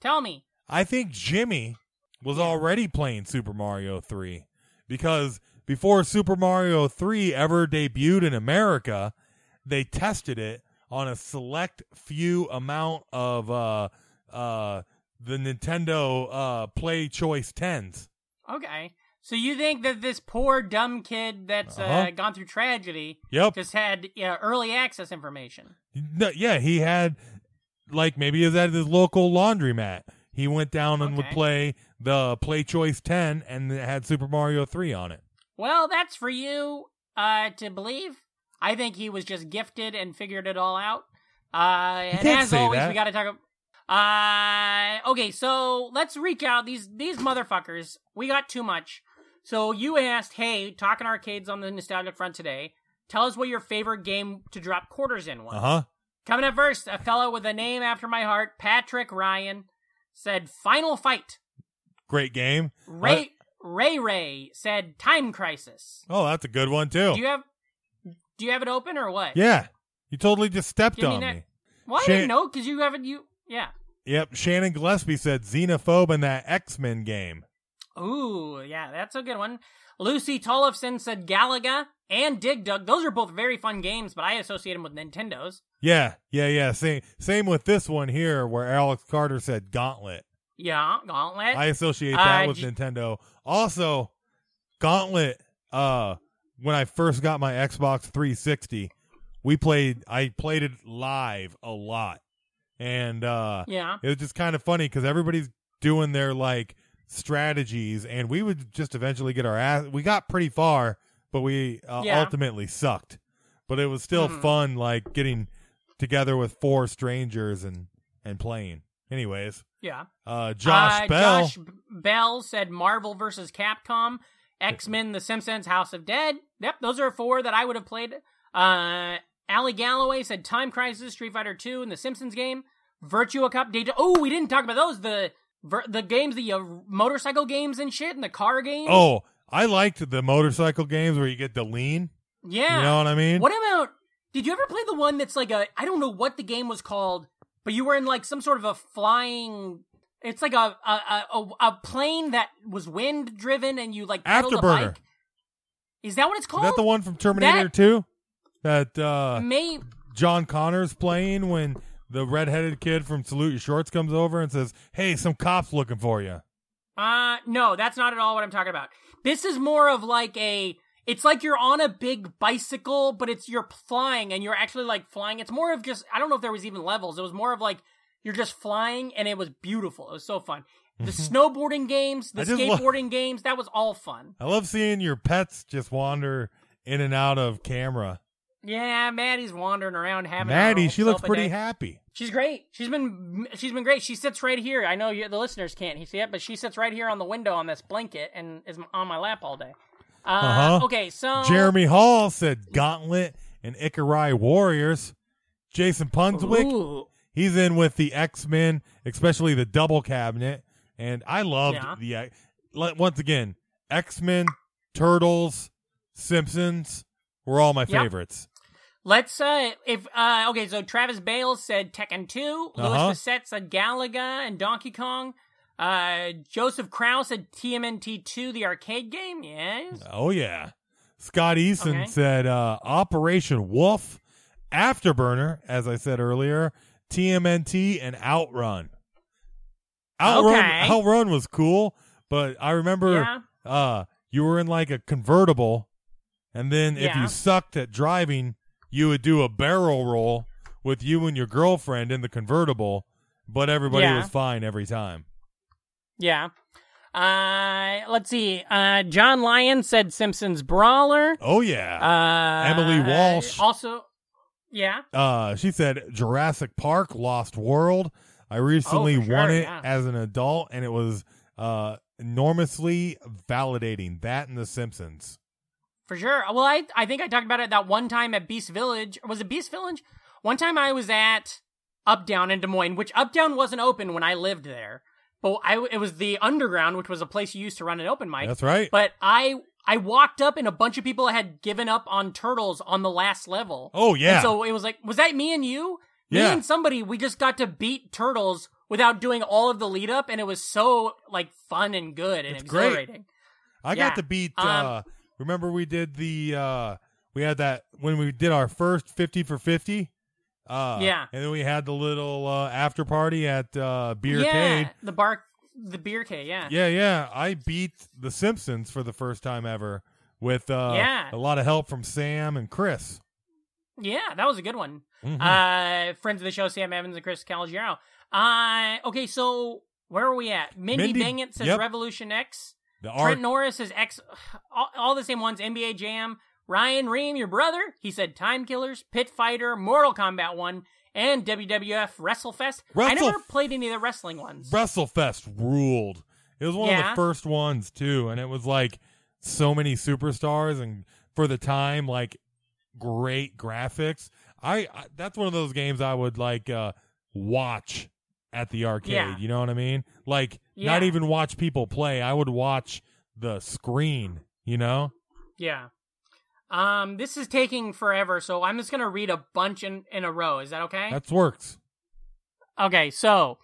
S1: Tell me.
S2: I think Jimmy was already playing Super Mario 3 because before Super Mario 3 ever debuted in America, they tested it on a select few amount of uh uh the Nintendo uh play choice 10s.
S1: Okay. So you think that this poor dumb kid that's uh
S2: Uh-huh.
S1: gone through tragedy
S2: Yep.
S1: just had uh, early access information?
S2: No, yeah, he had like maybe he was at his local laundromat. He went down and would
S1: Okay.
S2: play the play choice 10 and it had Super Mario 3 on it.
S1: Well, that's for you uh to believe. I think he was just gifted and figured it all out. Uh and
S2: can't
S1: as
S2: say
S1: always
S2: that.
S1: we gotta talk about uh okay, so let's reach out. These these motherfuckers, we got too much. So you asked, hey, talking arcades on the nostalgic front today. Tell us what your favorite game to drop quarters in was.
S2: Uh-huh.
S1: Coming up first, a fellow with a name after my heart, Patrick Ryan, said Final Fight.
S2: Great game.
S1: Ray Ray Ray said Time Crisis.
S2: Oh, that's a good one too.
S1: Do you have Do you have it open or what?
S2: yeah, you totally just stepped
S1: Give me
S2: on
S1: that-
S2: me.
S1: Well, I
S2: Shan-
S1: didn't know because you haven't. You yeah.
S2: Yep, Shannon Gillespie said xenophobe in that X Men game.
S1: Ooh, yeah, that's a good one. Lucy Tollefson said Galaga and Dig Dug. Those are both very fun games, but I associate them with Nintendo's.
S2: Yeah, yeah, yeah. Same, same with this one here, where Alex Carter said Gauntlet.
S1: Yeah, Gauntlet.
S2: I associate that
S1: Uh,
S2: with
S1: j-
S2: Nintendo. Also, Gauntlet. Uh, when I first got my Xbox 360, we played. I played it live a lot, and uh,
S1: yeah,
S2: it was just kind of funny because everybody's doing their like strategies, and we would just eventually get our ass. We got pretty far, but we uh,
S1: Yeah.
S2: ultimately sucked. But it was still
S1: Mhm.
S2: fun, like getting together with four strangers and and playing. Anyways,
S1: yeah.
S2: uh, Josh
S1: Uh,
S2: Bell,
S1: Josh B- Bell said Marvel versus Capcom, X Men, The Simpsons, House of Dead. Yep, those are four that I would have played. Uh, Allie Galloway said Time Crisis, Street Fighter Two, and The Simpsons game. Virtua Cup, Data. Oh, we didn't talk about those. The ver- the games, the uh, motorcycle games and shit, and the car games.
S2: oh, I liked the motorcycle games where you get to lean.
S1: yeah.
S2: You know what I mean?
S1: What about? Did you ever play the one that's like a I don't know what the game was called, but you were in like some sort of a flying. It's like a a a, a plane that was wind driven, and you like pedaled a
S2: Afterburner.
S1: bike. Is that what it's
S2: Is
S1: called?
S2: that the one from Terminator
S1: That-
S2: 2? That uh,
S1: May
S2: John Connor's playing when the redheaded kid from Salute Your Shorts comes over and says, "Hey, some cops looking for you."
S1: Uh no, that's not at all what I'm talking about. This is more of like a it's like you're on a big bicycle, but it's you're flying and you're actually like flying. It's more of just I don't know if there was even levels. It was more of like you're just flying and it was beautiful. It was so fun. The snowboarding games, the
S2: Mm-hmm. I just lo-
S1: skateboarding games, that was all fun.
S2: I love seeing your pets just wander in and out of camera.
S1: Yeah, Maddie's wandering around having her
S2: Maddie,
S1: own
S2: she looks
S1: self a
S2: pretty
S1: day.
S2: happy.
S1: She's great. She's been she's been great. She sits right here. I know you, the listeners can't see it, but she sits right here on the window on this blanket and is on my lap all day. Uh,
S2: Uh-huh.
S1: Okay, so
S2: Jeremy Hall said Gauntlet and Ikarai Warriors. Jason Punswick,
S1: Ooh.
S2: he's in with the X Men, especially the Double Cabinet, and I loved
S1: Yeah.
S2: the X- like, once again X Men, Turtles, Simpsons were all my
S1: Yep.
S2: favorites.
S1: Let's uh if uh okay, so Travis Bale said Tekken 2,
S2: Uh-huh.
S1: Louis Facette said Galaga and Donkey Kong. Uh Joseph Krause said TMNT 2, the arcade game. Yes.
S2: Oh yeah, Scott Eason
S1: Okay.
S2: said uh, Operation Wolf, Afterburner, as I said earlier, TMNT, and Outrun. Outrun,
S1: Okay.
S2: Outrun was cool, but I remember
S1: Yeah.
S2: uh, you were in like a convertible, and then if
S1: Yeah.
S2: you sucked at driving, you would do a barrel roll with you and your girlfriend in the convertible, but everybody
S1: Yeah.
S2: was fine every time.
S1: Yeah. Uh let's see. Uh John Lyon said Simpsons Brawler.
S2: Oh yeah,
S1: Uh
S2: Emily Walsh.
S1: Also Yeah.
S2: uh she said Jurassic Park Lost World. I recently
S1: Oh, for sure,
S2: won it
S1: yeah.
S2: as an adult and it was uh enormously validating that and the Simpsons.
S1: For sure. Well, I I think I talked about it that one time at Beast Village. Was it Beast Village? One time I was at Updown in Des Moines, which Updown wasn't open when I lived there, but I it was the Underground, which was a place you used to run an open mic.
S2: That's right.
S1: But I I walked up and a bunch of people had given up on turtles on the last level.
S2: oh
S1: And
S2: yeah.
S1: so it was like, was that me and you? Me
S2: Yeah.
S1: and somebody, we just got to beat turtles without doing all of the lead up, and it was so like fun and good and
S2: It's great.
S1: exhilarating.
S2: I
S1: yeah.
S2: got to beat
S1: Um,
S2: uh remember we did the uh we had that when we did our first 50 for 50 uh
S1: Yeah.
S2: and then we had the little uh after party at uh beer
S1: yeah,
S2: Cade.
S1: the bar, the beer cave, yeah.
S2: Yeah, yeah. I beat The Simpsons for the first time ever with uh,
S1: Yeah.
S2: a lot of help from Sam and Chris.
S1: Yeah, that was a good one.
S2: Mhm.
S1: Uh, friends of the show, Sam Evans and Chris Calogero. Uh, okay, so where are we at? Mindy,
S2: Mindy-
S1: Bangett says
S2: yep.
S1: Revolution X.
S2: the
S1: Trent
S2: art,
S1: Norris says X. All, all the same ones. NBA Jam. Ryan Ream, your brother, he said Time Killers, Pit Fighter, Mortal Kombat 1, and WWF WrestleFest. I
S2: Wrestle-
S1: never played any of the wrestling ones.
S2: WrestleFest ruled. It was one of
S1: Yeah.
S2: the first ones too, and it was like so many superstars and for the time, like great graphics. I, I that's one of those games I would like uh, watch at the arcade.
S1: Yeah.
S2: You know what I mean? Like
S1: Yeah.
S2: not even watch people play. I would watch the screen. You know?
S1: yeah. Um, this is taking forever, so I'm just going to read a bunch in, in a row. Is that okay?
S2: That works.
S1: Okay, so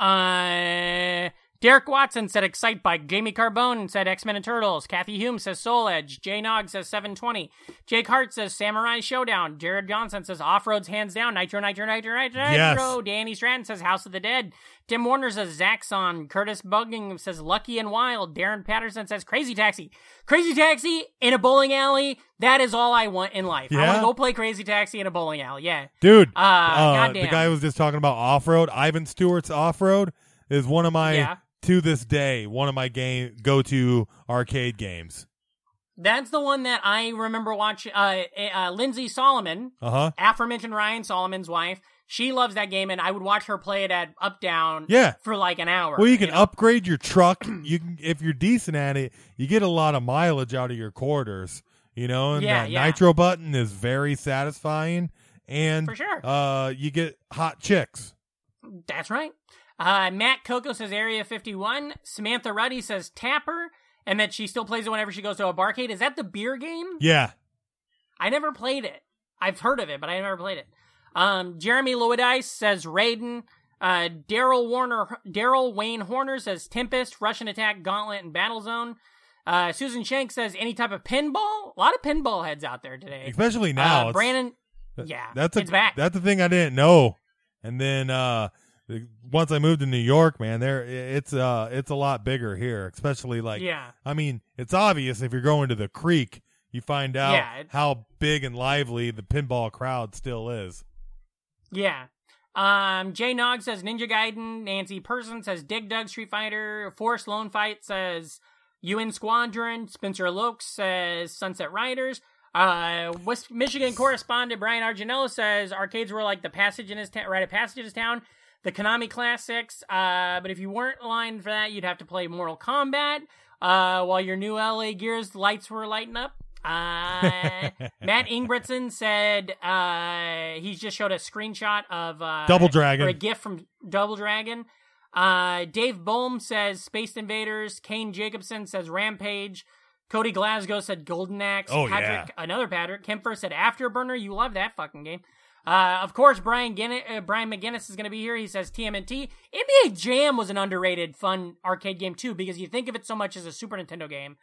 S1: uh Derek Watson said Excite Bike, Jamie Carbone said X Men and Turtles, Kathy Hume says Soul Edge, Jay Nog says 720, Jake Hart says Samurai Showdown, Jared Johnson says Off Roads Hands Down, Nitro, Nitro, Nitro, Nitro,
S2: Yes.
S1: Nitro, Danny Stratton says House of the Dead, Tim Warner says Zaxxon, Curtis Bugging says Lucky and Wild, Darren Patterson says Crazy Taxi, Crazy Taxi in a bowling alley, that is all I want in life. I
S2: Yeah?
S1: want to go play Crazy Taxi in a bowling alley, yeah.
S2: Dude,
S1: Uh,
S2: the
S1: goddamn.
S2: guy who was just talking about off road. Ivan Stewart's off road is one of my
S1: Yeah.
S2: to this day one of my game go to arcade games.
S1: That's the one that I remember watching. Uh, uh, Lindsay Solomon,
S2: Uh huh.
S1: aforementioned Ryan Solomon's wife, she loves that game, and I would watch her play it at Up Down
S2: Yeah.
S1: for like an hour.
S2: Well, you can
S1: know?
S2: upgrade your truck. You can if you're decent at it, you get a lot of mileage out of your quarters. You know, and
S1: Yeah,
S2: that
S1: yeah.
S2: nitro button is very satisfying, and
S1: For sure.
S2: uh, you get hot chicks.
S1: That's right. Uh, Matt Coco says Area 51. Samantha Ruddy says Tapper, and that she still plays it whenever she goes to a barcade. Is that the beer game?
S2: Yeah,
S1: I never played it. I've heard of it, but I never played it. Um, Jeremy Loidice says Raiden. Uh, Daryl Warner, Daryl Wayne Horner says Tempest, Russian Attack, Gauntlet, and Battlezone. Uh, Susan Shank says any type of pinball. A lot of pinball heads out there today.
S2: Especially now.
S1: uh,
S2: it's-
S1: Brandon.
S2: That-
S1: Yeah,
S2: that's a,
S1: it's back.
S2: That's the thing I didn't know. And then uh, the- once I moved to New York, man, there i- it's uh it's a lot bigger here, especially like
S1: yeah,
S2: I mean, it's obvious if you're going to the creek, you find out
S1: Yeah, it-
S2: how big and lively the pinball crowd still is.
S1: yeah. Um, Jay Nog says Ninja Gaiden. Nancy Person says Dig Dug Street Fighter. Forrest Lone Fight says UN Squadron. Spencer Lokes says Sunset Riders. Uh, West Michigan correspondent Brian Arginello says arcades were like the passage in his ta- right of passage in his town. The Konami classics. Uh, but if you weren't lined for that, you'd have to play Mortal Kombat. Uh, while your new LA Gears lights were lighting up. Uh, Matt Ingridson said uh, he just showed a screenshot of uh,
S2: Double Dragon.
S1: or a gift from Double Dragon. Uh, Dave Bohm says Space Invaders. Kane Jacobson says Rampage. Cody Glasgow said Golden Axe.
S2: Oh,
S1: Patrick, another Patrick Kempfer said Afterburner. You love that fucking game. Uh, of course, Brian Guin- uh, Brian McGinnis is going to be here. He says TMNT. NBA Jam was an underrated, fun arcade game too, because you think of it so much as a Super Nintendo game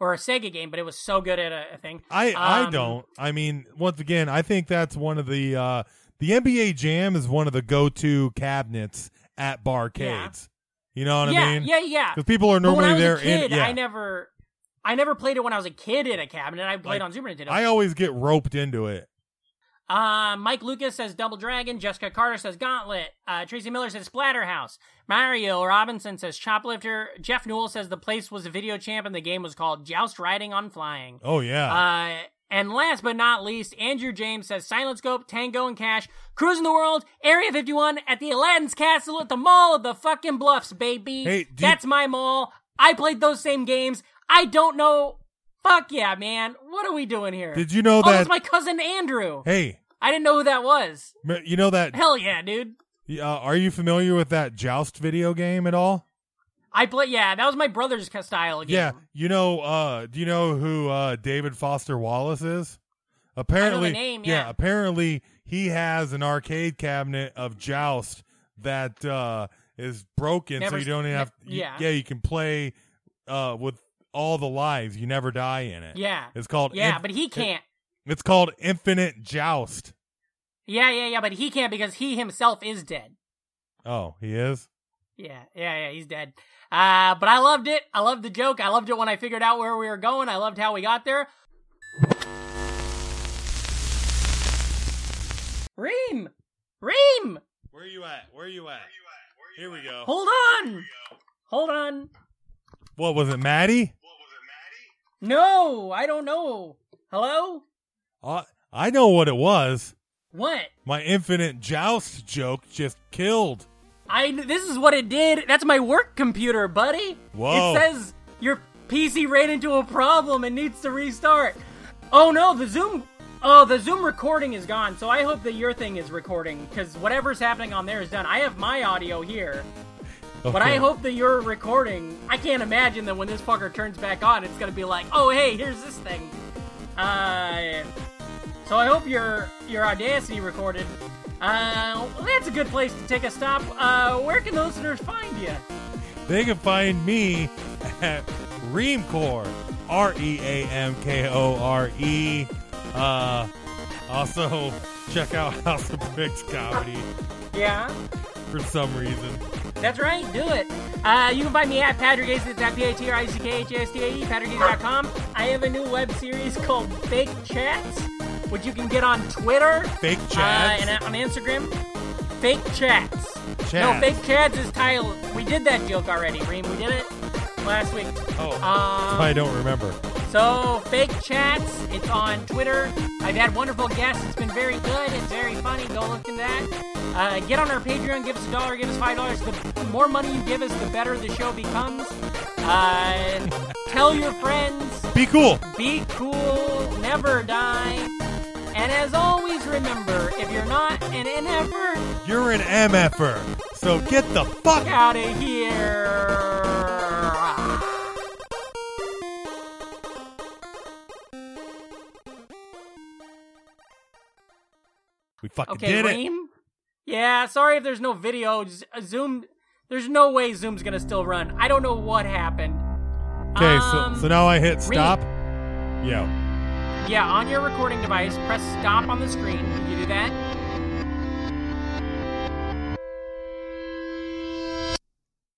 S1: or a Sega game, but it was so good at a, a thing.
S2: I I
S1: Um,
S2: don't. I mean, once again, I think that's one of the uh the NBA Jam is one of the go-to cabinets at barcades. You know what
S1: yeah,
S2: I mean?
S1: yeah, yeah.
S2: Because people are
S1: But when I
S2: normally
S1: was
S2: there.
S1: a kid,
S2: in, yeah.
S1: I never, I never played it when I was a kid in a cabinet. I played
S2: Like,
S1: on Super Nintendo.
S2: I always get roped into it.
S1: Uh, Mike Lucas says Double Dragon. Jessica Carter says Gauntlet. Uh, Tracy Miller says Splatterhouse. Mario Robinson says Choplifter. Jeff Newell says the place was a video champ and the game was called Joust Riding on Flying.
S2: Oh yeah.
S1: Uh, and last but not least, Andrew James says Silent Scope, Tango and Cash, Cruising the World, Area 51, at the Aladdin's Castle, at the Mall of the fucking Bluffs, baby.
S2: Hey, do you-
S1: That's my mall. I played those same games. I don't know. Fuck yeah, man. What are we doing here?
S2: Did you know
S1: Oh,
S2: that?
S1: that's my cousin Andrew.
S2: hey,
S1: I didn't know who that was.
S2: m- you know that?
S1: Hell yeah, dude.
S2: Uh, are you familiar with that Joust video game at all?
S1: I play. Yeah, that was my brother's ca- style game.
S2: Yeah. You know? Uh, do you know who uh, David Foster Wallace is? Apparently,
S1: name, yeah.
S2: Apparently, he has an arcade cabinet of Joust that uh, is broken,
S1: Never
S2: so you
S1: s-
S2: don't
S1: ne-
S2: have. you-
S1: yeah.
S2: Yeah, you can play uh, with all the lives. You never die in it.
S1: yeah,
S2: It's called.
S1: yeah.
S2: in-
S1: but he can't.
S2: it's called Infinite Joust.
S1: Yeah, yeah, yeah. But he can't because he himself is dead.
S2: Oh, he is.
S1: Yeah, yeah, yeah. He's dead. Uh, but I loved it. I loved the joke. I loved it when I figured out where we were going. I loved how we got there. Reem, Reem,
S2: Where you at? Where you at? Here we go.
S1: hold on, hold on.
S2: What was it, Maddie?
S1: No, I don't know. Hello,
S2: Uh, I know what it was.
S1: what?
S2: My infinite joust joke just killed.
S1: I this is what it did. That's my work computer, buddy.
S2: Whoa.
S1: It says your PC ran into a problem and needs to restart. Oh no, the Zoom Oh, the Zoom recording is gone. So I hope that your thing is recording cuz whatever's happening on there is done. I have my audio here, but I
S2: Okay.
S1: hope that you're recording. I can't imagine that when this fucker turns back on, it's going to be like, "Oh, hey, here's this thing." Uh so I hope your your audacity recorded. Uh, well, that's a good place to take a stop. Uh, where can the listeners find you?
S2: they can find me at Reamcore, R E A M K O R E. Uh, also check out House of Bricks comedy
S1: Yeah,
S2: for some reason.
S1: that's right. Do it. Uh, you can find me at Patrick Ace. That's at p a t r i c k h a s t a e. PatrickAce.com. I have a new web series called Fake Chats, which you can get on Twitter
S2: Fake
S1: uh,
S2: chats.
S1: and on Instagram. Fake Chats. No,
S2: Chats.
S1: Fake Chats is title. We did that joke already, Reem. We did it last week.
S2: oh,
S1: Um,
S2: I don't remember.
S1: So, fake chats, it's on Twitter. I've had wonderful guests. It's been very good. It's very funny. Go look into that. Uh, get on our Patreon. Give us a dollar. Give us five dollars. The more money you give us, the better the show becomes. Uh, tell your friends.
S2: Be cool.
S1: Be cool. Never die. And as always, remember if you're not an NFer,
S2: You're an MFer. So get the fuck
S1: out
S2: out.
S1: of here.
S2: We fucking
S1: Okay,
S2: did it.
S1: Reem? Yeah, sorry if there's no video. Z- uh, Zoom, there's no way Zoom's gonna still run. I don't know what happened.
S2: Okay,
S1: Um,
S2: so so now I hit
S1: Reem.
S2: stop. Yo.
S1: Yeah, on your recording device, press stop on the screen. You do that.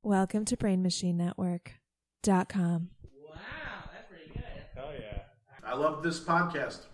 S5: Welcome to Brain Machine Network.com.
S6: I love this podcast.